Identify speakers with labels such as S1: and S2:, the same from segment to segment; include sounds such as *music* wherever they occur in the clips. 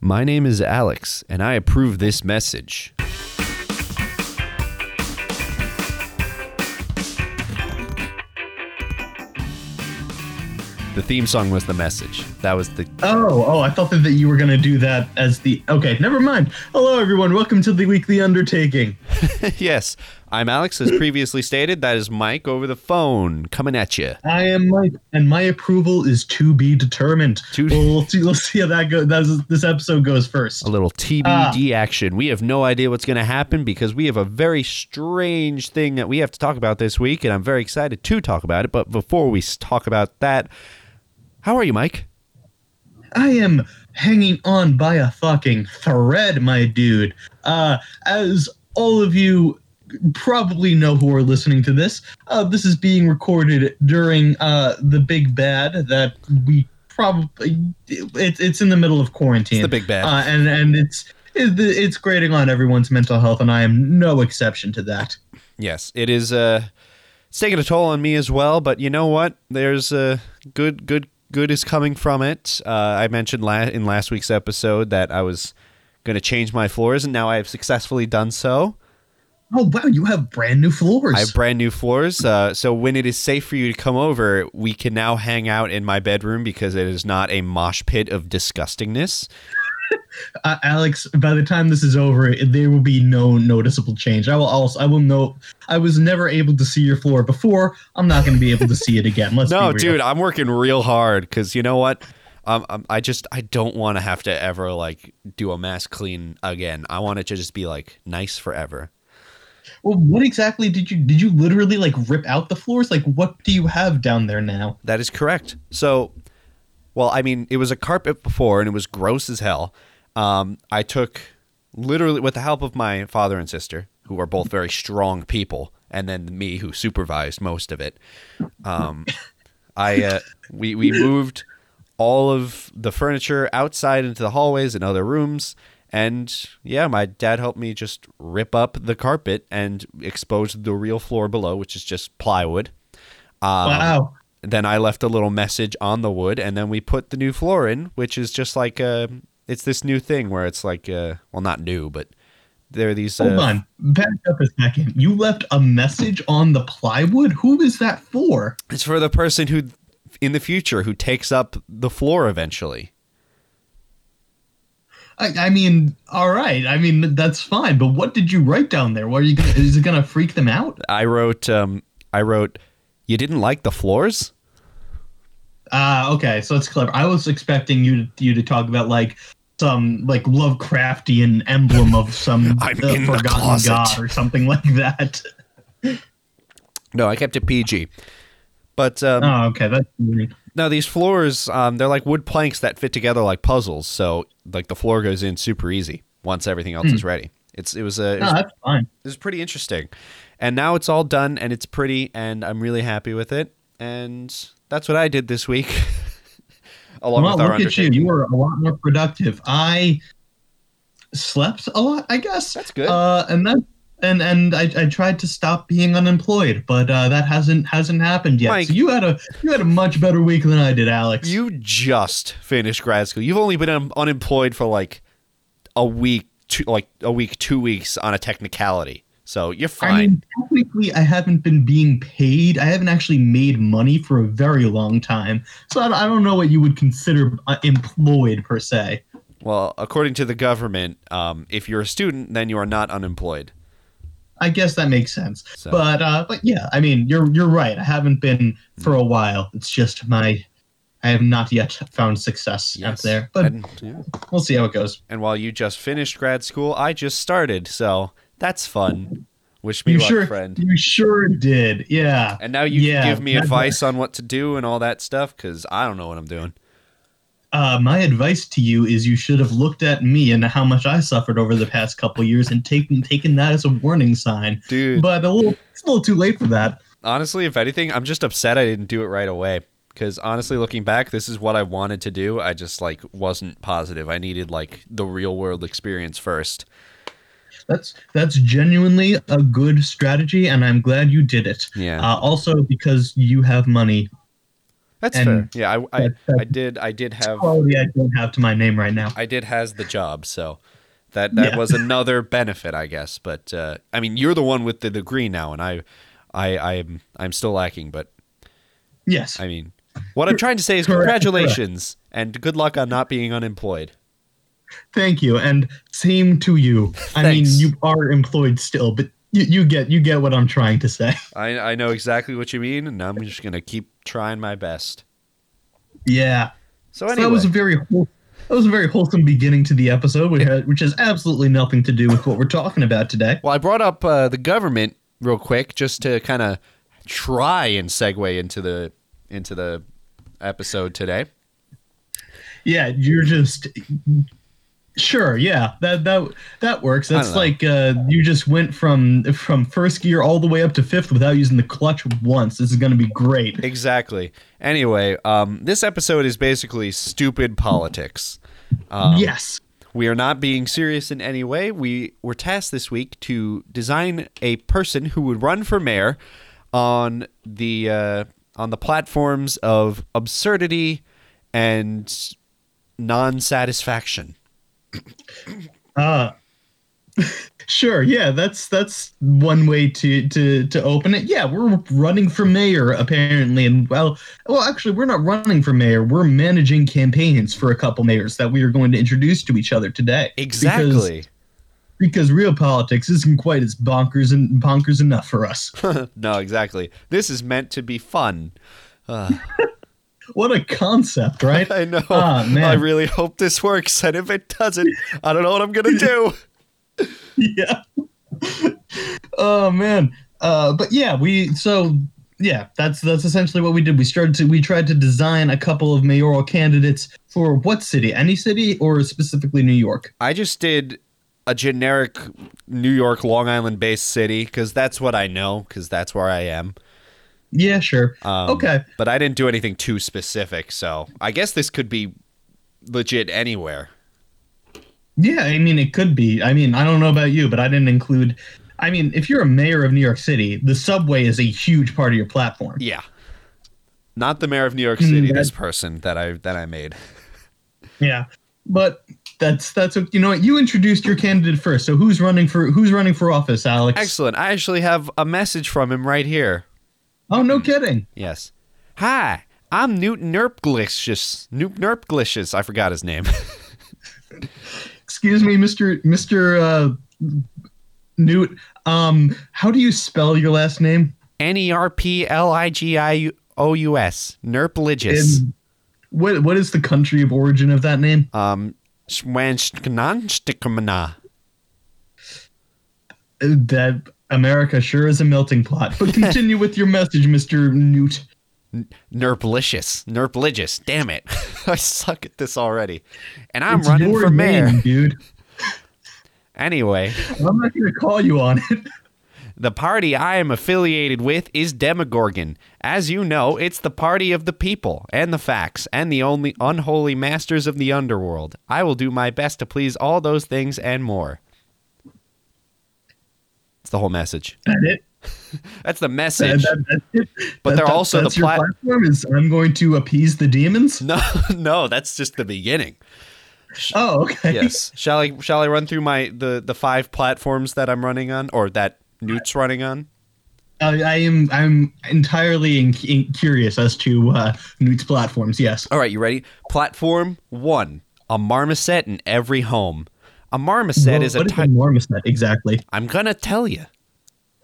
S1: My name is Alex, and I approve this message. The theme song was the message. That was the *laughs*
S2: Oh, oh, I thought that, that you were going to do that as the. Okay, never mind. Hello, everyone. Welcome to the weekly undertaking.
S1: yes. I'm Alex, as previously stated. That is Mike over the phone coming at you.
S2: I am Mike, and my approval is to be determined.
S1: To-
S2: Well, we'll see, let's see how that goes. That's, this episode goes first.
S1: A little TBD action. We have no idea what's going to happen because we have a very strange thing that we have to talk about this week, and I'm very excited to talk about it. But before we s- talk about that, how are you, Mike?
S2: I am hanging on by a fucking thread, my dude. Uh, as all of you probably know who are listening to this, uh, this is being recorded during uh, the big bad that we probably. It, it's in the middle of quarantine.
S1: It's the big bad.
S2: uh, and and it's it- it's grading on everyone's mental health, and I am no exception to that.
S1: yes, it is. Uh, it's taking a toll on me as well, but you know what? There's uh, good, good, good is coming from it. Uh, I mentioned la- in last week's episode that I was going to change my floors, and now I have successfully done so.
S2: Oh wow, you have brand new floors.
S1: I have brand new floors. Uh, so when it is safe for you to come over, we can now hang out in my bedroom because it is not a mosh pit of disgustingness.
S2: uh, Alex, by the time this is over, it- there will be no noticeable change. I will also, I will know, I was never able to see your floor before. I'm not going to be able to see it again.
S1: *laughs*
S2: Let's
S1: No,
S2: be real.
S1: dude, I'm working real hard because you know what? Um, um, I just I don't want to have to ever like do a mass clean again. I want it to just be like nice forever.
S2: Well, what exactly did you did you literally like rip out the floors? Like, what do you have down there now?
S1: That is correct. So, well, I mean, it was a carpet before and it was gross as hell. Um, I took literally, with the help of my father and sister, who are both very strong people, and then me, who supervised most of it. Um, I uh, we we moved all of the furniture outside into the hallways and other rooms. And yeah, my dad helped me just rip up the carpet and expose the real floor below, which is just plywood. Um,
S2: wow.
S1: then I left a little message on the wood, and then we put the new floor in, which is just like uh, it's this new thing where it's like, uh, well, not new, but there are these.
S2: Hold
S1: uh,
S2: on, back up a second. You left a message on the plywood. Who is that for?
S1: It's for the person who, in the future, who takes up the floor eventually.
S2: I, I mean, all right. I mean, that's fine. But what did you write down there? What are you? Gonna, is it gonna freak them out?
S1: I wrote, um, I wrote, you didn't like the floors.
S2: Ah, okay. So it's clever. I was expecting you to, you to talk about like some like Lovecraftian emblem of some
S1: *laughs*
S2: uh,
S1: I'm in the
S2: forgotten
S1: closet. Um,
S2: god or something like that.
S1: No, I kept it PG. But um,
S2: Oh, okay. That's easy.
S1: No, these floors, um, they're like wood planks that fit together like puzzles. So like the floor goes in super easy once everything
S2: Hmm.
S1: else is ready. It's it was a it
S2: no,
S1: was,
S2: that's fine.
S1: it was pretty interesting, and now it's all done and it's pretty and I'm really happy with it. And that's what I did this week, *laughs* along
S2: Well,
S1: with our
S2: look at you.
S1: undertaking.
S2: You were a lot more productive. I slept a lot, I guess.
S1: That's good.
S2: Uh, and that and and I, I tried to stop being unemployed, but uh, that hasn't hasn't happened yet.
S1: Mike.
S2: So you had a you had a much better week than I did, Alex.
S1: You just finished grad school. You've only been un- unemployed for like a week, two, like a week, two weeks on a technicality. So you're fine.
S2: I mean, technically, I haven't been being paid. I haven't actually made money for a very long time. So I, I don't know what you would consider uh, employed per se.
S1: Well, according to the government, um, if you're a student, then you are not unemployed.
S2: I guess that makes sense.
S1: So-
S2: But uh, but yeah, I mean, you're you're right. I haven't been
S1: Hmm.
S2: for a while. It's just my. I have not yet found success out there, but
S1: and, yeah.
S2: we'll see how it goes.
S1: and while you just finished grad school, I just started, so that's fun. Wish me
S2: You
S1: luck,
S2: sure?
S1: friend.
S2: You sure did. Yeah.
S1: And now you
S2: Yeah,
S1: can give me
S2: that's-
S1: advice on what to do and all that stuff, because I don't know what I'm doing.
S2: Uh, my advice to you is you should have looked at me and how much I suffered over the past couple years and taken taken that as a warning sign.
S1: Dude,
S2: but a little, it's a little too late for that.
S1: honestly, if anything, I'm just upset I didn't do it right away. Because honestly, looking back, this is what I wanted to do. I just like wasn't positive. I needed like the real world experience first.
S2: That's that's genuinely a good strategy, and I'm glad you did it.
S1: Yeah.
S2: Uh, also, because you have money.
S1: That's
S2: And
S1: fair. Yeah, I, I,
S2: that- that-
S1: I did I did have
S2: Quality I don't have to my name right now.
S1: I did has the job, so that that
S2: Yeah.
S1: was another benefit, I guess. But uh, I mean, you're the one with the degree now, and I, I, I'm I'm still lacking. But
S2: Yes.
S1: I mean, what I'm trying to say is
S2: Correct, correct.
S1: congratulations and good luck on not being unemployed.
S2: Thank you, and same to you. I mean,
S1: Thanks.
S2: you are employed still, but you, you get you get what I'm trying to say. *laughs*
S1: I I know exactly what you mean, and I'm just gonna keep trying my best.
S2: Yeah.
S1: So
S2: So
S1: anyway,
S2: that was a very whole- that was a very wholesome beginning to the episode, which had, which has absolutely nothing to do with what we're talking about today.
S1: well, I brought up uh, the government real quick just to kind of try and segue into the into the episode today.
S2: Yeah, you're just sure. Yeah, that that that works. That's
S1: know.
S2: like uh, you just went from from first gear all the way up to fifth without using the clutch once. This is going to be great.
S1: Exactly. Anyway, um, this episode is basically stupid politics. Um,
S2: yes.
S1: We are not being serious in any way. We were tasked this week to design a person who would run for mayor on the uh, on the platforms of absurdity and non-satisfaction.
S2: Uh Sure. Yeah, that's that's one way to to to open it. Yeah, we're running for mayor apparently, and well, well, actually, we're not running for mayor. We're managing campaigns for a couple mayors that we are going to introduce to each other today. Because,
S1: Exactly.
S2: because real politics isn't quite as bonkers and bonkers enough for us.
S1: *laughs* no, exactly. This is meant to be fun. *laughs*
S2: what a concept, right?
S1: I know.
S2: Ah, man.
S1: I really hope this works, and if it doesn't, I don't know what I'm gonna do.
S2: *laughs* yeah. *laughs* oh man. Uh, but yeah, we so yeah, that's that's essentially what we did. We started to we tried to design a couple of mayoral candidates for what city? Any city or specifically New York?
S1: I just did a generic New York, Long Island based city because that's what I know because that's where I am.
S2: Yeah, sure.
S1: Um,
S2: Okay.
S1: But I didn't do anything too specific. So I guess this could be legit anywhere.
S2: Yeah, I mean it could be. I mean, I don't know about you, but I didn't include I mean, if you're a mayor of New York City, the subway is a huge part of your platform.
S1: Yeah. Not the mayor of New York
S2: Hmm,
S1: City,
S2: that-
S1: this person that I that I made.
S2: Yeah. But that's that's what you know what you introduced your candidate first. So who's running for who's running for office, Alex?
S1: Excellent. I actually have a message from him right here.
S2: Oh, no kidding.
S1: Yes. Hi, I'm Newton Nerpglicious. Newt Nerpglicious. I forgot his name. *laughs*
S2: excuse me mr mr uh newt um how do you spell your last name
S1: N E R P L I G I O U S. Nerpligious.
S2: And what what is the country of origin of that name
S1: Um, Schwanstickmanna.
S2: Uh, that america sure is a melting pot but continue with your message mr newt
S1: Nerplicious. Nerpligious. Damn it. *laughs* I suck at this already. And I'm
S2: It's
S1: running
S2: your
S1: for mayor.
S2: name, dude
S1: Anyway,
S2: i'm not gonna call you on *laughs* it
S1: the party I am affiliated with is Demogorgon. As you know, it's the party of the people and the facts and the only unholy masters of the underworld. I will do my best to please all those things and more. That's the whole message.
S2: That it?
S1: That's the
S2: That-
S1: message.
S2: that- that's it
S1: But
S2: That-
S1: they're
S2: that-
S1: also the
S2: that's your
S1: plat-
S2: platform is i'm going to appease the
S1: *laughs*
S2: demons
S1: No, no, that's just the beginning.
S2: oh okay
S1: yes. *laughs* Shall I shall I run through my the the five platforms that I'm running on or that Newt's running on?
S2: I, I am I'm entirely in, in curious as to uh, Newt's platforms. Yes.
S1: All right, you ready? Platform 1, a marmoset in every home. A marmoset is a
S2: What
S1: type
S2: marmoset exactly?
S1: I'm going to tell you.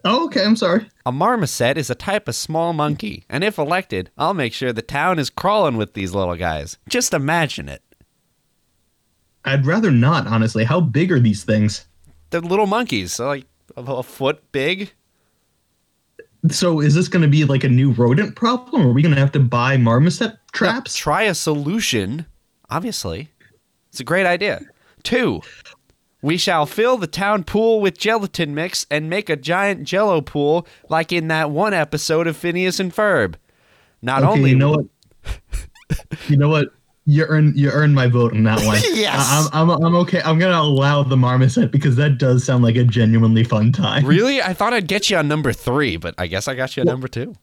S2: Oh, okay. I'm sorry.
S1: A marmoset is a type of small monkey, and if elected, I'll make sure the town is crawling with these little guys. Just imagine it.
S2: I'd rather not, honestly. How big are these things?
S1: They're little monkeys, so like a- a foot big.
S2: So is this going to be like a new rodent problem? Are we going to have to buy marmoset traps?
S1: Try a solution, obviously. It's a great idea. Two, we shall fill the town pool with gelatin mix and make a giant jello pool like in that one episode of Phineas and Ferb. Not
S2: okay,
S1: only
S2: you know what? you know what? You earn you earn my vote on that one.
S1: *laughs* Yes.
S2: I, I'm, I'm I'm okay. I'm gonna allow the marmoset because that does sound like a genuinely fun time.
S1: Really? I thought I'd get you on number three, but I guess I got you on number two.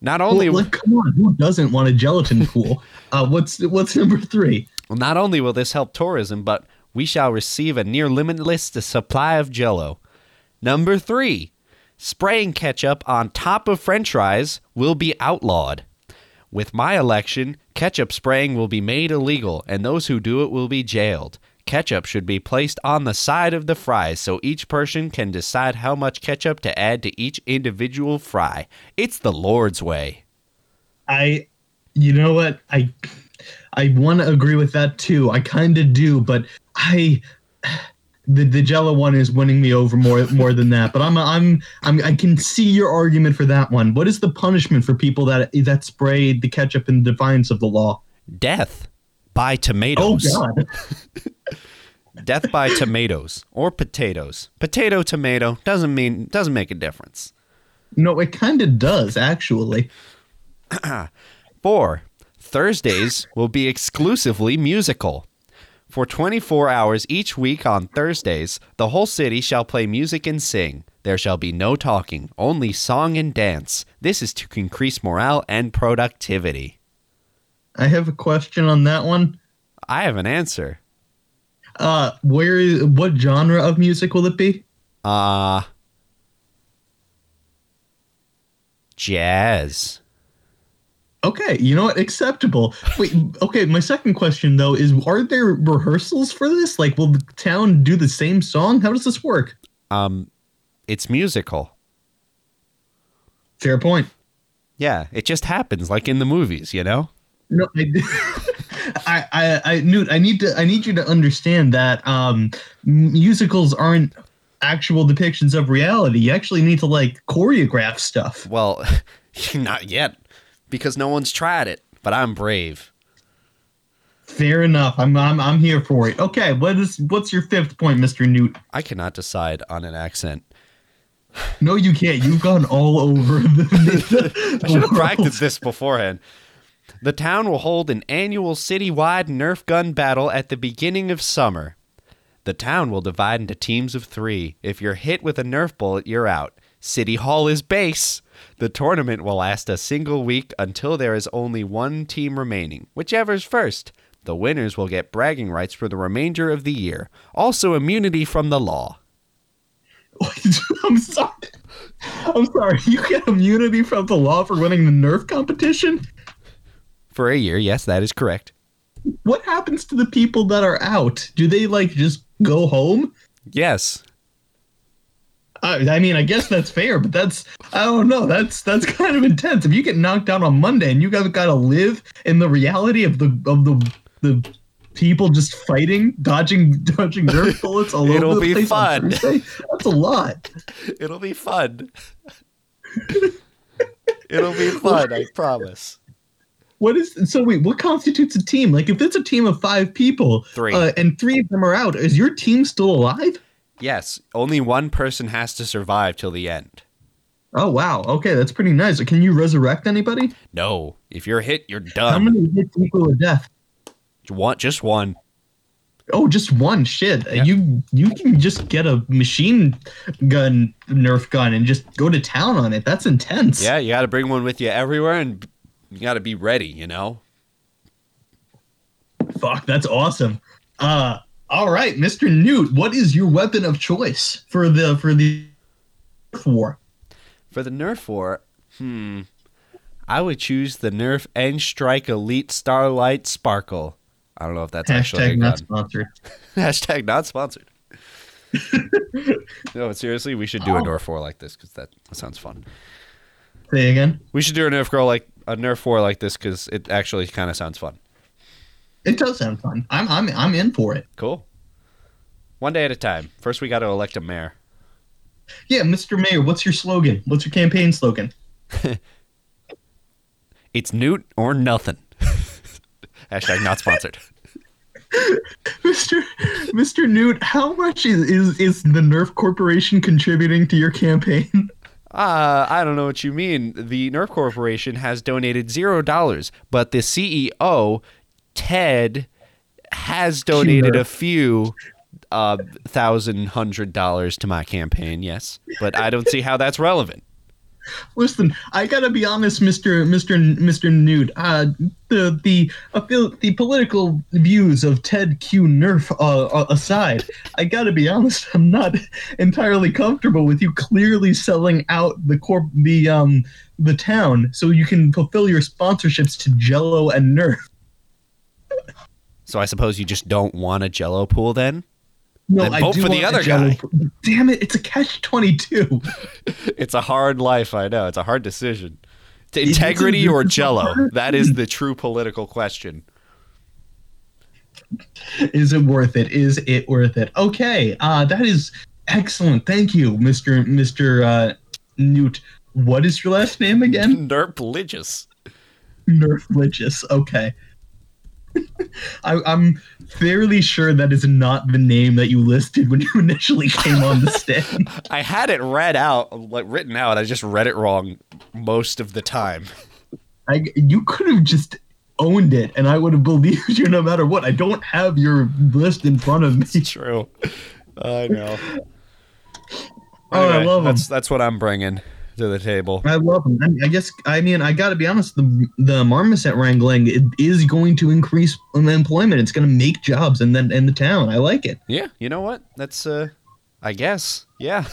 S1: Not only
S2: Well, like, come on, who doesn't want a gelatin pool? uh, what's what's number three?
S1: not only will this help tourism, but we shall receive a near limitless supply of jello. Number 3. Spraying ketchup on top of french fries will be outlawed. With my election, ketchup spraying will be made illegal and those who do it will be jailed. Ketchup should be placed on the side of the fries so each person can decide how much ketchup to add to each individual fry. It's the Lord's way.
S2: I, you know what? I, I want to agree with that too. I kind of do, but I, the the Jello one is winning me over more more than that. But I'm I'm I'm I can see your argument for that one. What is the punishment for people that that sprayed the ketchup in defiance of the law?
S1: Death by
S2: Oh
S1: tomatoes.
S2: God!
S1: Death by tomatoes or potatoes. Potato tomato doesn't mean doesn't make a difference.
S2: No, it kind of does actually.
S1: Four. Thursdays will be exclusively musical. For 24 hours each week on Thursdays, the whole city shall play music and sing. There shall be no talking, only song and dance. This is to increase morale and productivity.
S2: I have a question on that one.
S1: I have an answer.
S2: Uh, where is what genre of music will it be?
S1: Uh jazz.
S2: Okay, you know what? Acceptable. Wait, okay. My second question though is: Are there rehearsals for this? Like, will the town do the same song? How does this work?
S1: Um it's musical.
S2: Fair point.
S1: Yeah, it just happens like in the movies, you know?
S2: No, I, *laughs* I, I, I, Newt, I need to, I need you to understand that um, musicals aren't actual depictions of reality. You actually need to like choreograph stuff.
S1: Well, *laughs* not yet because no one's tried it, but I'm brave.
S2: Fair enough. I'm, I'm, I'm here for it. Okay, what is, what's your fifth point, Mister Newt?
S1: I cannot decide on an accent.
S2: No, you can't. You've gone all over the. the,
S1: *laughs* I should
S2: *laughs*
S1: have
S2: world.
S1: practiced this beforehand. The town will hold an annual citywide Nerf gun battle at the beginning of summer. The town will divide into teams of three. If you're hit with a Nerf bullet, you're out. City Hall is base. The tournament will last a single week until there is only one team remaining, whichever's first. The winners will get bragging rights for the remainder of the year, also immunity from the law.
S2: *laughs* I'm sorry. I'm sorry. You get immunity from the law for winning the Nerf competition.
S1: For a year, yes, that is correct.
S2: What happens to the people that are out? Do they like just go home?
S1: Yes,
S2: I, I mean, I guess that's fair, but that's I don't know. That's that's *laughs* kind of intense. If you get knocked down on Monday and you guys got to live in the reality of the of the the people just fighting, dodging *laughs*
S1: *laughs*
S2: dodging Nerf bullets all
S1: It'll
S2: over the
S1: be
S2: place on
S1: fun.
S2: Thursday, that's a lot.
S1: It'll be fun. It'll be fun, I promise.
S2: What is so? Wait, what constitutes a team? Like, if it's a team of five people,
S1: Three.
S2: uh, and three of them are out, is your team still alive?
S1: Yes, only one person has to survive till the end.
S2: Oh wow, okay, that's pretty nice. Can you resurrect anybody?
S1: No, if you're hit, you're
S2: How
S1: done.
S2: many hits equal a death?
S1: You want just one.
S2: Oh, just one. Shit,
S1: Yeah.
S2: you you can just get a machine gun, Nerf gun, and just go to town on it. That's intense.
S1: Yeah, you got to bring one with you everywhere, and you got to be ready. You know.
S2: fuck, that's awesome. Uh, all right, Mister Newt, what is your weapon of choice for the for the war?
S1: For the Nerf War, hmm, I would choose the Nerf N Strike Elite Starlight Sparkle. I don't know if that's actually a
S2: Hashtag
S1: gun.
S2: not sponsored.
S1: *laughs* Hashtag not *laughs* sponsored. no, seriously, we should do a Nerf War like this because that sounds fun.
S2: Say again.
S1: We should do a Nerf girl like a Nerf war like this because it actually kind of sounds fun.
S2: It does sound fun. I'm I'm I'm in for it.
S1: Cool. One day at a time. First, we got to elect a mayor.
S2: Yeah, Mr. Mayor, what's your slogan? What's your campaign *laughs* slogan?
S1: It's Newt or nothing. *laughs* Hashtag not sponsored.
S2: Mr. Mr. Newt, how much is, is is the Nerf Corporation contributing to your campaign? *laughs*
S1: Uh, I don't know what you mean. The Nerf Corporation has donated zero dollars, but the CEO, Ted, has donated a few uh, thousand hundred dollars to my campaign. Yes, but I don't see how that's relevant.
S2: Listen, I gotta be honest, Mister Mister Mister Nude. Uh, the the affil- the political views of Ted Q Nerf uh, uh, aside, I gotta be honest. I'm not *laughs* entirely comfortable with you clearly selling out the corp the um the town so you can fulfill your sponsorships to Jello and Nerf.
S1: So I suppose you just don't want a Jello pool then.
S2: No,
S1: Then vote for the
S2: want a
S1: other
S2: Jell-O
S1: guy.
S2: pr- Damn it! It's a catch twenty two.
S1: It's a hard life, I know. It's a hard decision. To
S2: It is a-
S1: integrity or
S2: it's a
S1: Jello?
S2: hard
S1: That is the true political question.
S2: *laughs* Is it worth it? Is it worth it? Okay, uh, that is excellent. Thank you, Mister Mister uh, Newt. What is your last
S1: *laughs*
S2: name again?
S1: Nerp religious.
S2: Nerfligious. Okay. *laughs* I, I'm fairly sure that is not the name that you listed when *laughs* you initially came on the stand.
S1: I had it read out, like written out. I just read it wrong most of the time. *laughs*
S2: I, you could have just owned it, and I would have believed *laughs* you no matter what. I don't have your list in front of me.
S1: It's true. I know.
S2: Oh, I
S1: Anyway,
S2: love 'em.
S1: that's that's what I'm bringing to the table.
S2: I love them. I, mean, I guess I mean I got to be honest. The the marmoset wrangling it is going to increase unemployment. It's going to make jobs, and then in the town. I like it.
S1: Yeah, you know what? That's uh, I guess. Yeah.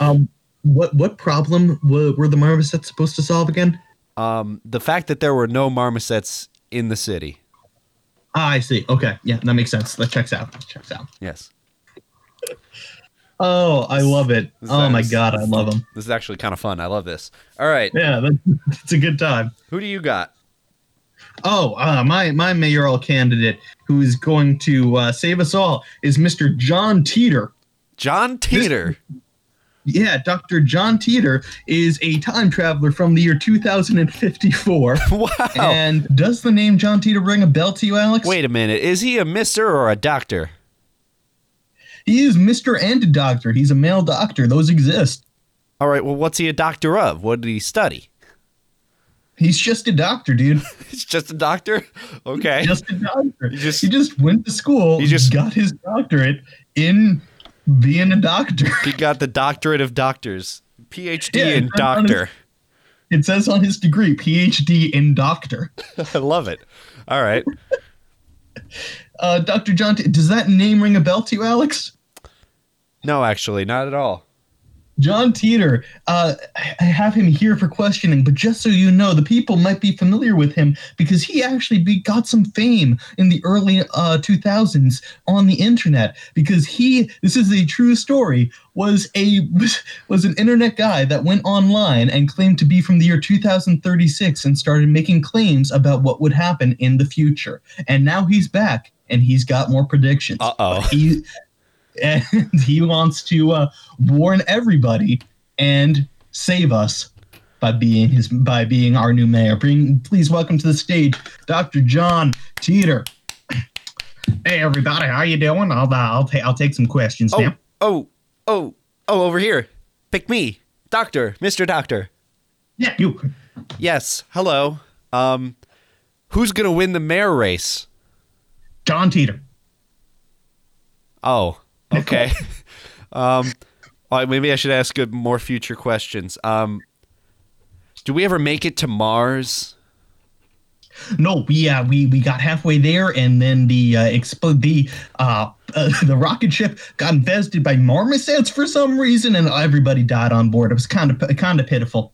S2: Um, what what problem were, were the marmosets supposed to solve again?
S1: Um, the fact that there were no marmosets in the city.
S2: Ah, I see. Okay, yeah, that makes sense. That checks out. That checks out.
S1: Yes.
S2: Oh, I love it.
S1: This
S2: Oh my
S1: is-
S2: god, I love them.
S1: This is actually kind of fun. I love this. All right,
S2: Yeah, that, *laughs* it's a good time.
S1: who do you got?
S2: Oh, uh, my my mayoral candidate who is going to uh, save us all is Mr. John Teeter.
S1: John Teeter. *laughs*
S2: Yeah, Dr. John Teeter is a time traveler from the
S1: *laughs*
S2: year 2054.
S1: wow.
S2: And does the name John Teeter ring a bell to you, Alex?
S1: Oh. Wait a minute. Is he a mister or a doctor?
S2: He is Mr. and a doctor. He's a male doctor. Those exist.
S1: All right. Well, what's he a doctor of? What did he study?
S2: He's just a doctor,
S1: *laughs*
S2: dude.
S1: He's just a doctor. Okay.
S2: Just a doctor.
S1: He just-
S2: he just went to school,
S1: He
S2: he
S1: just-
S2: just got his doctorate in being a doctor. *laughs*
S1: He got the doctorate of doctors, PhD
S2: Yeah,
S1: in
S2: I'm honest-
S1: doctor.
S2: It says on his degree, PhD in doctor.
S1: *laughs* I love it. All right.
S2: Uh, Dr. John, Te- does that name ring a bell to you, Alex?
S1: No, actually, not at all.
S2: John Teeter, uh, I I have him here for questioning, but just so you know, the people might be familiar with him because he actually be, got some fame in the early uh, 2000s on the internet. Because he, this is a true story, was a *laughs* was an internet guy that went online and claimed to be from the year 2036 and started making claims about what would happen in the future. And now he's back and he's got more predictions
S1: Uh oh.
S2: he *laughs* and he wants to uh, warn everybody and save us by being his by being our new mayor. Bring, please welcome to the stage, Dr. John Teeter. Hey everybody, how you doing? I'll uh, I'll, ta- I'll take some questions
S1: Oh,
S2: now.
S1: oh, oh, oh, over here. Pick me. Doctor, Mr. Doctor.
S2: Yeah, you.
S1: Yes. Hello. Um, who's going to win the mayor race?
S2: John Teeter.
S1: Oh,
S2: *laughs*
S1: okay. *laughs* um, all right, maybe I should ask good more future questions. Um, do we ever make it to Mars?
S2: No, we uh, we we got halfway there, and then the uh, explode the uh, uh *laughs* the rocket ship got infested by marmosets for some reason, and everybody died on board. It was kind of kind of pitiful.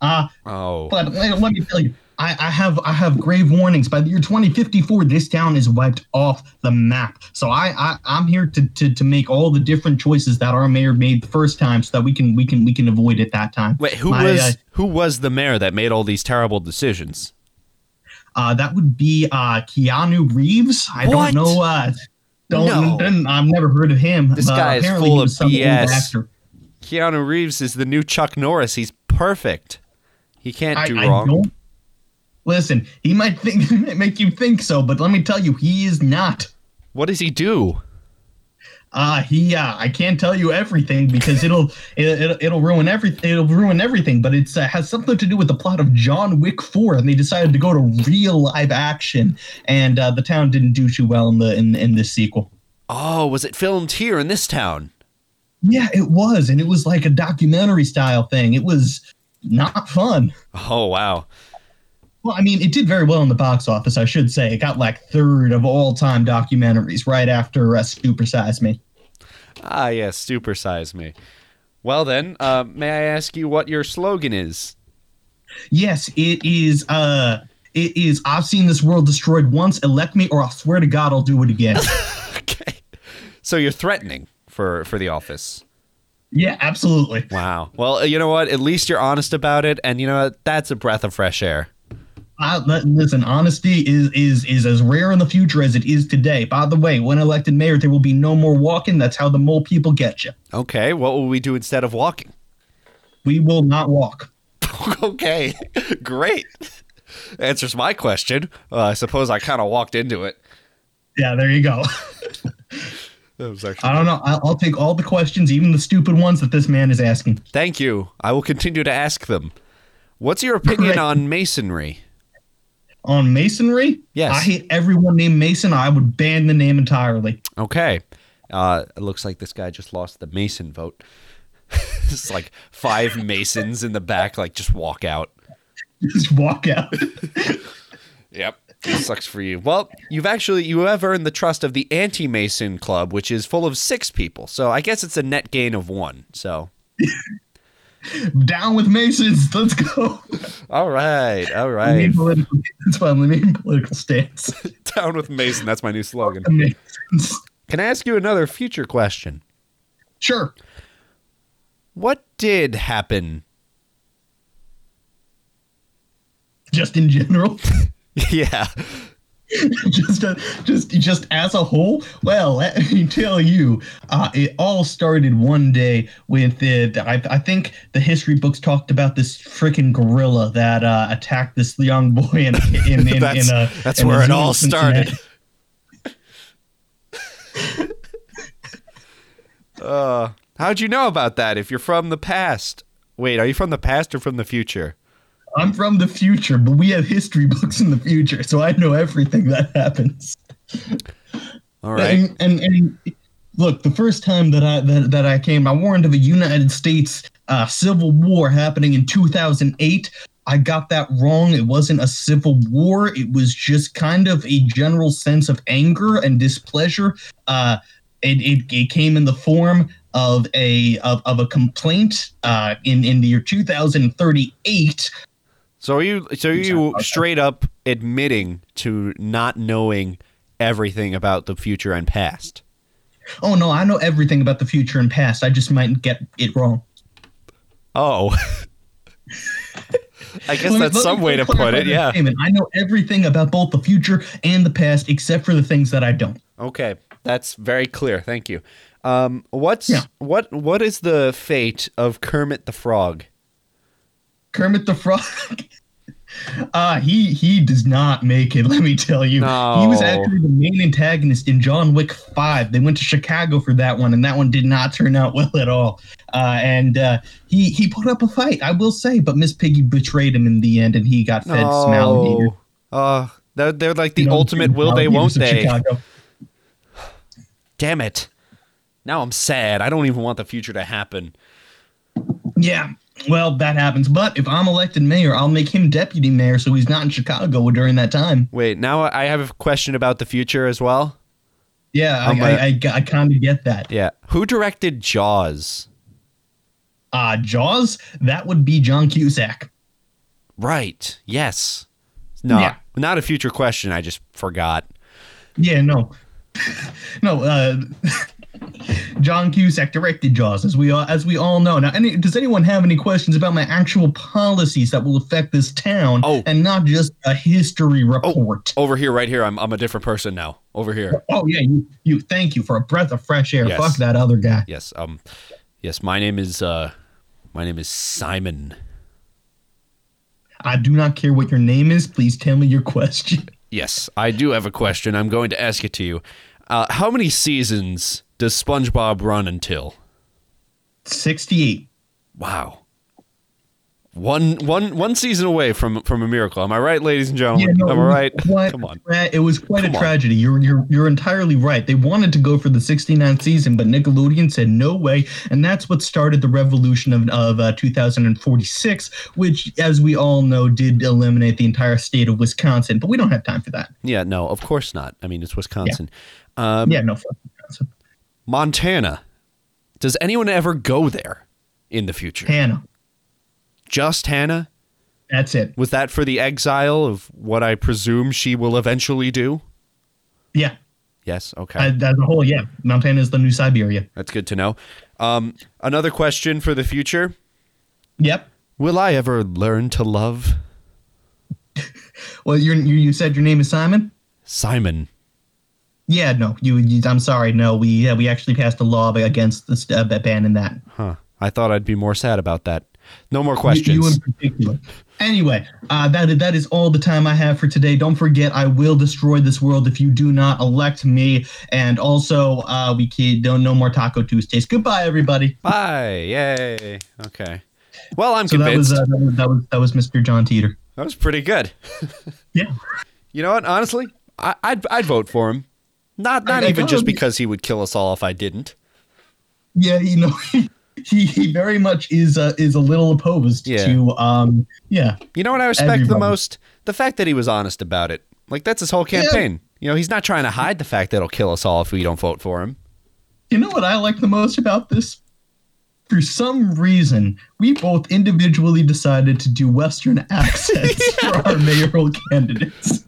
S2: Uh
S1: Oh,
S2: but let, let me tell you, I, I have I have grave warnings. By the year 2054, this town is wiped off the map. So I, I I'm here to, to to make all the different choices that our mayor made the first time, so that we can we can we can avoid it that time.
S1: wait. Who
S2: My,
S1: was
S2: uh,
S1: who was the mayor that made all these terrible decisions?
S2: Uh, that would be uh, Keanu Reeves. I
S1: What?
S2: don't know. Uh, don't,
S1: No.
S2: didn't- I've never heard of him.
S1: This
S2: but
S1: guy is
S2: apparently
S1: full
S2: he
S1: of
S2: was some old
S1: BS.
S2: actor.
S1: Keanu Reeves is the new Chuck Norris. He's perfect. He can't
S2: I,
S1: do
S2: I
S1: wrong.
S2: don't. Listen, he might think *laughs* he might make you think so, but let me tell you, he is not.
S1: What does he do?
S2: Uh, he uh, I can't tell you everything because it'll *laughs* it, it'll it'll ruin everything. It'll ruin everything. But it's uh, has something to do with the plot of John Wick Four, and they decided to go to real live action, and uh, the town didn't do too well in the in in this sequel.
S1: Oh, was it filmed here in this town?
S2: Yeah, it was, and it was like a documentary style thing. It was not fun.
S1: Oh wow.
S2: Well, I mean, it did very well in the box office, I should say. It got like third of all time documentaries right after uh, Super Size Me.
S1: Ah yes, supersize me. Well then, uh, may I ask you what your slogan is? *laughs*
S2: Yes, it is. Uh, it is. I've seen this world destroyed once. Elect me, or I swear to God, I'll do it again.
S1: Okay. So you're threatening for for the office.
S2: yeah, absolutely.
S1: Wow. Well, you know what? At least you're honest about it, and you know what? That's a breath of fresh air.
S2: I, li- listen, honesty is is is as rare in the future as it is today. By the way, when elected mayor, there will be no more walking. That's how the mole people get you.
S1: Okay. What will we do instead of walking?
S2: We will not walk.
S1: *laughs* okay. Great. Answers my question. Uh, I suppose I kind of walked into it.
S2: Yeah, there you go. *laughs*
S1: That was actually.
S2: I don't know. I'll, I'll take all the questions, even the stupid ones that this man is asking.
S1: Thank you. I will continue to ask them. What's your opinion
S2: Great.
S1: on masonry?
S2: On masonry,
S1: Yes.
S2: I hate everyone named Mason. I would ban the name entirely. *laughs*
S1: Okay. Uh, it looks like this guy just lost the Mason vote. *laughs* it's like five Masons in the back, like just walk out.
S2: Just walk out.
S1: Yep. Sucks for you. Well, you've actually you have earned the trust of the anti Mason club, which is full of six people. So I guess it's a net gain of one. So
S2: Down with Masons. Let's go.
S1: all right, all
S2: I
S1: right.
S2: mean political, *laughs* it's finally making political stance. *laughs*
S1: Down with Mason. That's my new slogan.
S2: Masons.
S1: Can I ask you another future question?
S2: Sure.
S1: What did happen? *laughs*
S2: Just in general. *laughs*
S1: yeah.
S2: just uh, just just as a whole well let me tell you uh, it all started one day with the, the- I, I think the history books talked about this freaking gorilla that uh, attacked this young boy in
S1: *laughs*
S2: in, in,
S1: That's-
S2: in a
S1: that's
S2: in a
S1: where it
S2: zoo
S1: all
S2: in Cincinnati.
S1: started. Uh, how'd you know about that? If you're from the past, wait, are you from the past or from the future?
S2: I'm from the future but we have history books in the future so I know everything that happens
S1: All right.
S2: And, and, and look, the first time that I that, that I came, I warned of a United States uh, civil war happening in 2008. I got that wrong. It wasn't a civil war. It was just kind of a general sense of anger and displeasure. Uh, it, it, it came in the form of a of, of a complaint uh, in in the year 2038
S1: So are you so are you straight up admitting to not knowing everything about the future and past?
S2: oh no i know everything about the future and past i just might get it wrong
S1: Oh. *laughs* I guess
S2: Let me-
S1: that's
S2: let
S1: some
S2: me
S1: way to
S2: clarify
S1: put it,
S2: that
S1: yeah.
S2: statement. I know everything about both the future and the past, except for the things that I don't.
S1: Okay. That's very clear. Thank you. Um what's
S2: Yeah.
S1: what what is the fate of Kermit the Frog?
S2: Kermit the Frog. *laughs* Uh, he he does not make it. *laughs* Let me tell you, he was
S1: No.
S2: actually the main antagonist in John Wick Five. They went to Chicago for that one, and that one did not turn out *laughs* well at all. Uh, and uh, he he put up a fight, I will say, but Miss Piggy betrayed him in the end, and he got fed Smalligator.
S1: No. Uh, they're, they're like the
S2: You know,
S1: ultimate will they
S2: Alligators
S1: won't
S2: of
S1: they.
S2: Chicago.
S1: Damn it. Now I'm sad. I don't even want the future to happen.
S2: Yeah. Well, that happens. But if I'm elected mayor, I'll make him deputy mayor so he's not in Chicago during that time.
S1: Wait, now I have a question about the future as well.
S2: Yeah, I,
S1: I'm a-
S2: I, I, kind of get that.
S1: Yeah. Who directed Jaws?
S2: Uh, Jaws, that would be John Cusack.
S1: Right. Yes. No.
S2: Yeah.
S1: Not a future question. I just forgot.
S2: Yeah, no. *laughs* no, uh, *laughs* John Cusack directed Jaws, as we all, as we all know. Now, any, does anyone have any questions about my actual policies that will affect this town
S1: Oh.
S2: and not just a history report?
S1: Over here, right here. I'm I'm a different person now. Over here.
S2: Oh, yeah, you, you. Thank you for a breath of fresh air.
S1: Yes.
S2: Fuck that other guy.
S1: Yes. Um. Yes. My name is uh. My name is Simon.
S2: I do not care what your name is. Please tell me your *laughs* question.
S1: Yes, I do have a question. I'm going to ask it to you. Uh, how many seasons does SpongeBob run until?
S2: 68.
S1: Wow. One one one season away from from a miracle. Am I right, ladies and gentlemen?
S2: Yeah,
S1: Am I
S2: no, it was
S1: right?
S2: quite-
S1: Come on.
S2: It was quite
S1: Come
S2: a
S1: on.
S2: tragedy. You're, you're you're entirely right. They wanted to go for the 69th season, but Nickelodeon said no way, and that's what started the revolution of of uh, 2046, which, as we all know, did eliminate the entire state of Wisconsin. But we don't have time for that.
S1: Yeah, no, of course not. I mean, it's Wisconsin. Um,
S2: Yeah, no. fuck Wisconsin.
S1: Montana. Does anyone ever go there in the future?
S2: Hannah,
S1: Just Hannah?
S2: that's it.
S1: Was that for the exile of what I presume she will eventually do?
S2: Yeah,
S1: Yes, okay.
S2: I, as a whole, yeah, Montana is the new Siberia.
S1: That's good to know. Um, another question for the future
S2: Yep.
S1: Will I ever learn to love
S2: Well, you're, you you said your name is Simon.
S1: Simon?
S2: Yeah, no, you, you. I'm sorry, no. We yeah, we actually passed a law against this uh, banning that.
S1: Huh. I thought I'd be more sad about that. No more
S2: You-
S1: questions.
S2: You in particular. Anyway, uh, that is- that is all the time I have for today. Don't forget, I will destroy this world if you do not elect me. And also, uh, we can, no no more Taco Tuesdays. Goodbye, everybody.
S1: Bye. Yay. Okay. Well, I'm
S2: So that
S1: convinced.
S2: was, uh, that was that was that was Mr. John Teeter.
S1: that was pretty good. *laughs*
S2: Yeah.
S1: You know what? Honestly, I, I'd I'd vote for him. Not not
S2: I
S1: even just
S2: know.
S1: because he would kill us all if I didn't.
S2: yeah, you know, *laughs* he, he very much is uh, is a little opposed
S1: Yeah.
S2: to um yeah
S1: You know what I respect the
S2: Everybody.
S1: most? The fact that he was honest about it. Like that's his whole campaign. You know, he's not trying to hide the fact that he'll kill us all if we don't vote for him.
S2: You know what I like the most about this? For some reason, we both individually decided to do Western
S1: *laughs*
S2: accents for our mayoral candidates.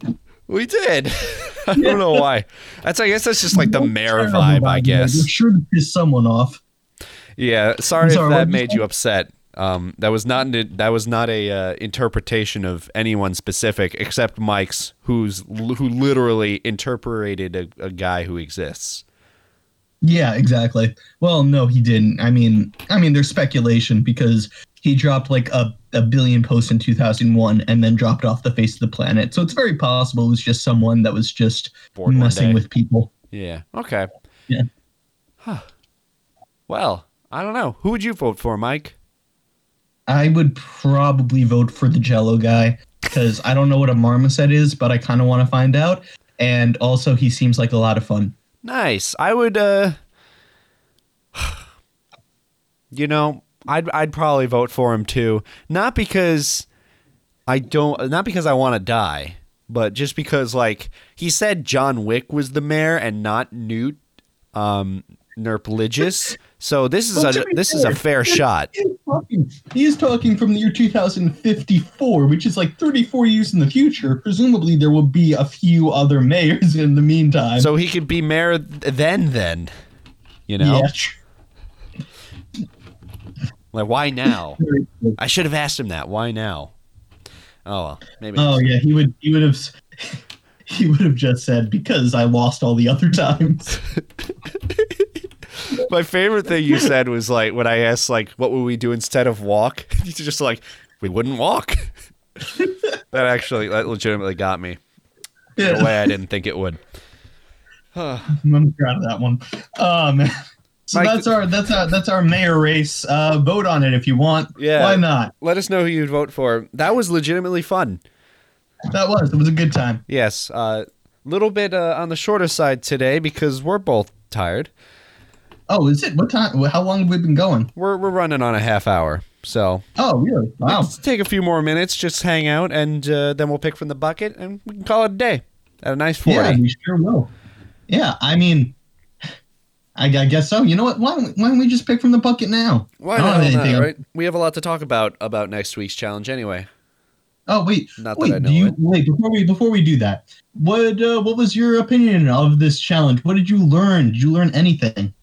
S1: We did. *laughs* I don't know why. That's I guess that's just like the mayor
S2: Terrible
S1: vibe, I
S2: You're
S1: guess.
S2: sure to piss someone off.
S1: *laughs* Yeah. Sorry,
S2: sorry,
S1: if
S2: what
S1: that
S2: did you
S1: made
S2: say?
S1: you upset. Um, that was not an, that was not a uh, interpretation of anyone specific except Mike's, who's who literally interpreted a, a guy who exists.
S2: Yeah, exactly. Well, no, he didn't. I mean, I mean, there's speculation because he dropped like a, a billion posts in 2001 and then dropped off the face of the planet. So it's very possible it was just someone that was just
S1: Bored one day.
S2: messing with people.
S1: Yeah. Okay.
S2: Yeah.
S1: Huh. Well, I don't know. Who would you vote for, Mike?
S2: I would probably vote for the Jello guy because I don't know what a marmoset is, but I kind of want to find out. And also, he seems like a lot of fun.
S1: Nice. I would. uh *sighs* You know, I'd I'd probably vote for him too. Not because I don't. Not because I want to die, but just because like he said, John Wick was the mayor and not Newt um,
S2: *laughs*
S1: Nerpligious. So this is
S2: Well,
S1: a
S2: to be
S1: this is a fair
S2: *laughs*
S1: shot.
S2: He's talking, he's talking from the year 2054, which is like 34 years in the future. Presumably, there will be a few other mayors in the meantime.
S1: So he could be mayor th- then. Then, you know.
S2: yeah, sure.
S1: Like, why now? I should have asked him that. Why now? Oh well, maybe.
S2: Oh yeah, he would. He would have. *laughs* s- He would have just said because I lost all the other
S1: *laughs*
S2: times.
S1: My favorite thing you said was like when I asked like, "What would we do instead of walk?" *laughs* You're just like, "We wouldn't walk." *laughs* that actually, that legitimately got me in a
S2: Yeah,
S1: way I didn't think it would.
S2: I'm proud of that one. Oh man. So
S1: Mike-
S2: that's our that's our that's our mayor race. Uh, vote on it if you want.
S1: Yeah.
S2: Why not?
S1: Let us know who you'd vote for. That was legitimately fun.
S2: That was it was a good time.
S1: Yes, a uh, little bit uh, on the shorter side today because we're both tired.
S2: Oh, is it? What time? How long have we been going?
S1: We're we're running on a half hour, so
S2: Oh, really? Wow.
S1: Let's take a few more minutes, just hang out, and uh, then we'll pick from the bucket, and we can call it a day at a nice forty.
S2: Yeah, we sure will. Yeah, I mean, I, I guess so. You know what? Why don't, we- why don't we just pick from the bucket now?
S1: Why
S2: I don't
S1: the
S2: have
S1: hell
S2: anything.
S1: not, right? We have a lot to talk about about next week's challenge, anyway.
S2: Oh wait,
S1: Not that
S2: wait.
S1: I know
S2: do you
S1: it.
S2: wait before we before we do that? What uh, what was your opinion of this challenge? What did you learn? Did you learn anything?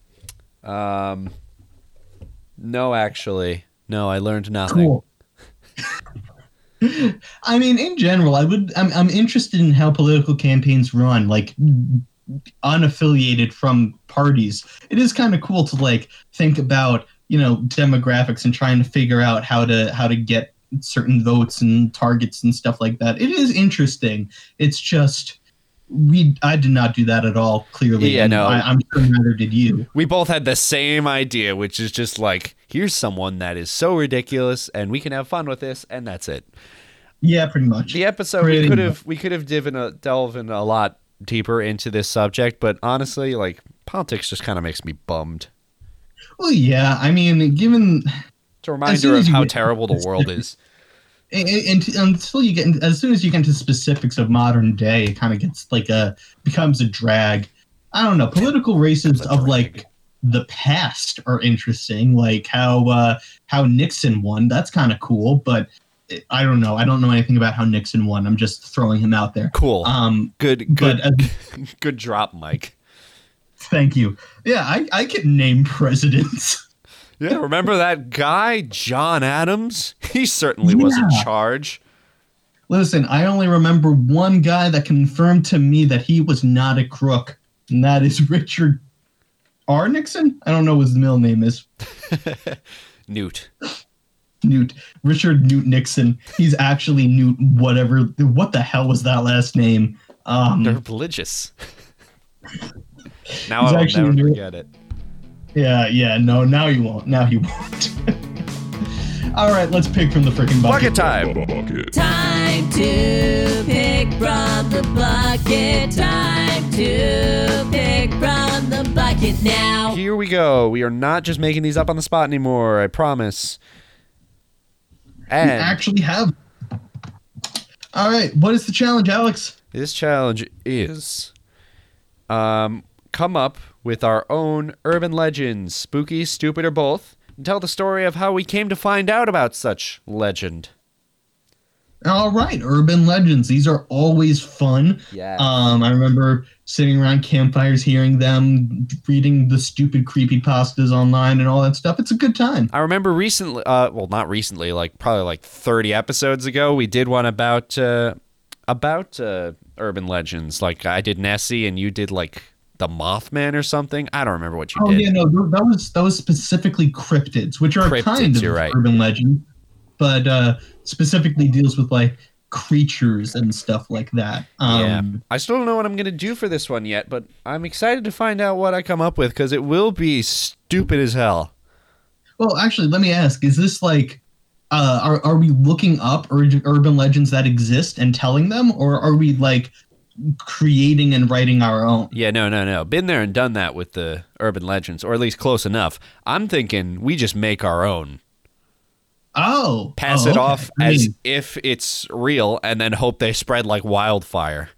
S1: Um, no, actually, no. I learned nothing.
S2: *laughs* I mean, in general, I would. I'm, I'm interested in how political campaigns run, like unaffiliated from parties. It is kind of cool to like think about you know demographics and trying to figure out how to how to get certain votes and targets and stuff like that. It is interesting. It's just we I did not do that at all. Clearly,
S1: Yeah,
S2: and
S1: no.
S2: I, I'm sure neither did you.
S1: We both had the same idea, which is just like, here's someone that is so ridiculous, and we can have fun with this, and that's it.
S2: Yeah, pretty much.
S1: The episode we
S2: Pretty
S1: could
S2: much.
S1: have we could have divin a, delved in a lot deeper into this subject, but honestly, like politics just kind of makes me bummed.
S2: Well, yeah. I mean, given
S1: It's a
S2: soon
S1: reminder
S2: as
S1: of
S2: you
S1: how
S2: get-
S1: terrible the world is.
S2: and, and, until you get in, as soon as you get into specifics of modern day, it kind of gets like a becomes a drag. I don't know. Political races
S1: That's a
S2: of
S1: drag.
S2: like the past are interesting, like how uh, how Nixon won. That's kind of cool, but it- I don't know. I don't know anything about how Nixon won. I'm just throwing him out there.
S1: Cool.
S2: Um,
S1: good
S2: but
S1: good
S2: uh,
S1: good drop, Mike.
S2: thank you. Yeah, I I can name presidents. *laughs*
S1: Yeah, remember that guy, John Adams? He certainly was in
S2: Yeah.
S1: charge.
S2: Listen, I only remember one guy that confirmed to me that he was not a crook, and that is *laughs* Richard R. Nixon. I don't know what his middle name is.
S1: Newt.
S2: Newt Richard Newt Nixon. He's actually Newt whatever. What the hell was that last name?
S1: They're
S2: Um,
S1: religious. *laughs* now
S2: He's
S1: I will
S2: actually
S1: never
S2: Newt.
S1: forget it.
S2: yeah, yeah. No, now you won't. Now you won't. *laughs* All right, let's pick from the freaking
S1: Bucket
S2: bucket.
S1: time.
S3: Bucket.
S4: Time to pick from the bucket. Time to pick from the bucket now.
S1: Here we go. We are not just making these up on the spot anymore, I promise.
S2: We
S1: And
S2: actually have. All right, what is the challenge, Alex?
S1: This challenge is um, come up with our own urban legends, spooky, stupid, or both, and tell the story of how we came to find out about such legend.
S2: All right, urban legends. These are always fun.
S1: Yeah.
S2: Um, I remember sitting around campfires, hearing them, reading the stupid creepy pastas online and all that stuff. It's a good time.
S1: I remember recently, uh, well, not recently, like probably like 30 episodes ago, we did one about uh, about uh, urban legends. Like I did Nessie, and you did like the Mothman or something. I don't remember what you
S2: Oh
S1: did.
S2: yeah, no, th- that was that was specifically cryptids, which are
S1: Cryptids,
S2: kind of
S1: you're right.
S2: urban legend, but uh, specifically deals with like creatures and stuff like that. Um,
S1: I still don't know what I'm going to do for this one yet, but I'm excited to find out what I come up with because it will be stupid as hell.
S2: Well, actually, let me ask: Is this like? Uh, are are we looking up ur- urban legends that exist and telling them, or are we like creating and writing our own?
S1: Yeah, no, no, no. Been there and done that with the urban legends, or at least close enough. I'm thinking we just make our own,
S2: Oh,
S1: pass
S2: oh,
S1: it
S2: okay.
S1: off
S2: I
S1: as
S2: mean,
S1: if it's real, and then hope they spread like wildfire.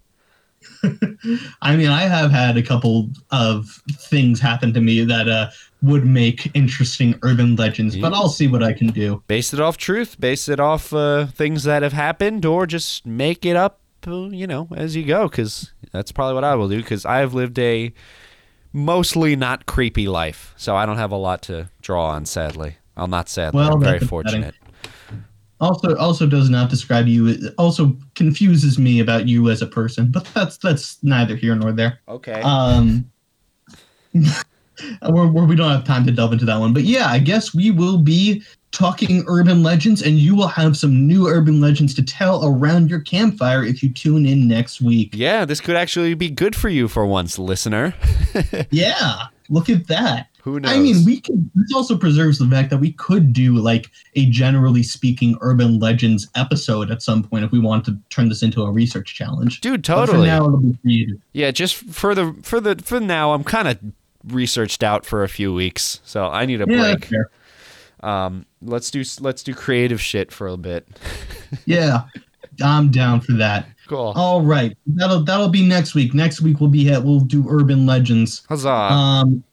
S2: I mean, I have had a couple of things happen to me that uh, would make interesting urban legends, but I'll see what I can do.
S1: Base it off truth, base it off uh, things that have happened, or just make it up, uh, you know, as you go, because that's probably what I will do, because I've lived a mostly not creepy life, so I don't have a lot to draw on, sadly. I'll not sadly.
S2: Well,
S1: I'm very
S2: that's upsetting.
S1: fortunate.
S2: Also, also does not describe you. It also confuses me about you as a person, but that's that's neither here nor there.
S1: Okay.
S2: Um, *laughs* we're, we're, we don't have time to delve into that one, but yeah, I guess we will be talking urban legends, and you will have some new urban legends to tell around your campfire if you tune in next week.
S1: yeah, this could actually be good for you for once, listener.
S2: Yeah, look at that.
S1: Who knows?
S2: I mean, we could. This also preserves the fact that we could do like a generally speaking urban legends episode at some point if we want to turn this into a research challenge.
S1: Dude,
S2: But
S1: totally.
S2: for now, it'll be creative.
S1: yeah, just for the for the for now, I'm kind of researched out for a few weeks, so I need a
S2: Yeah, that's
S1: break.
S2: fair.
S1: Um, let's do let's do creative shit for a bit. *laughs*
S2: yeah, I'm down for that.
S1: Cool.
S2: All right, that'll that'll be next week. Next week we'll be at we'll do urban legends.
S1: Huzzah.
S2: Um,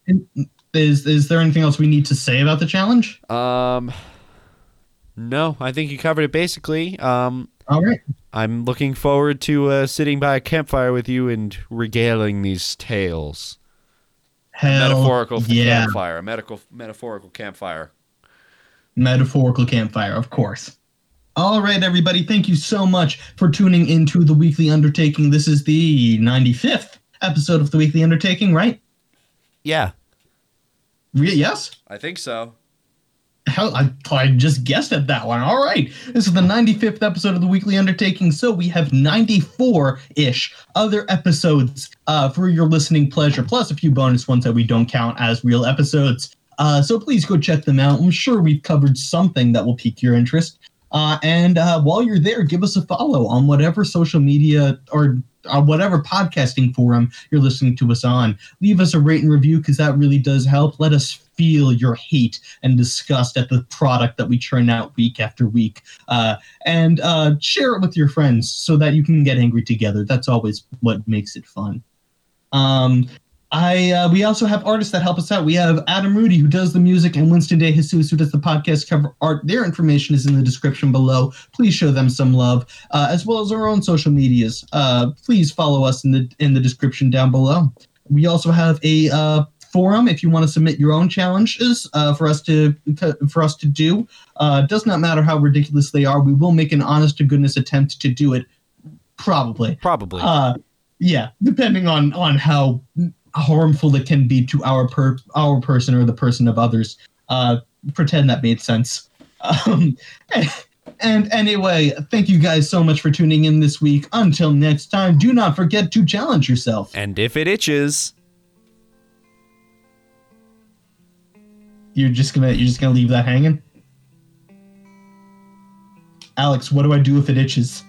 S2: is is there anything else we need to say about the challenge?
S1: um, no, I think you covered it basically. Um,
S2: All right,
S1: I'm looking forward to uh, sitting by a campfire with you and regaling these tales.
S2: hell,
S1: Metaphorical f-
S2: yeah,
S1: campfire, a medical metaphorical campfire.
S2: metaphorical campfire, of course. All right, everybody, thank you so much for tuning into the Weekly Undertaking. This is the 95th episode of the Weekly Undertaking, right?
S1: Yeah,
S2: Re- yes.
S1: I think so.
S2: Hell, I, I just guessed at that one. All right. This is the 95th episode of the Weekly Undertaking. So we have 94 ish other episodes uh, for your listening pleasure, plus a few bonus ones that we don't count as real episodes. Uh, so please go check them out. I'm sure we've covered something that will pique your interest. Uh, and uh, while you're there, give us a follow on whatever social media or on whatever podcasting forum you're listening to us on. Leave us a rate and review because that really does help. Let us feel your hate and disgust at the product that we churn out week after week. Uh, and uh, share it with your friends so that you can get angry together. That's always what makes it fun. Um, I uh, we also have artists that help us out. We have Adam Rudy who does the music and Winston De Jesus who does the podcast cover art. Their information is in the description below. Please show them some love, uh, as well as our own social medias. Uh, please follow us in the in the description down below. We also have a uh, forum if you want to submit your own challenges uh, for us to, to for us to do. Uh, does not matter how ridiculous they are. We will make an honest to goodness attempt to do it. Probably.
S1: Probably.
S2: Uh, yeah, depending on on how harmful it can be to our per our person or the person of others. Uh, pretend that made sense. Um, *laughs* and, and anyway, thank you guys so much for tuning in this week. Until next time, do not forget to challenge yourself.
S1: and if it itches,
S2: You're just gonna you're just gonna leave that hanging. Alex, what do I do if it itches?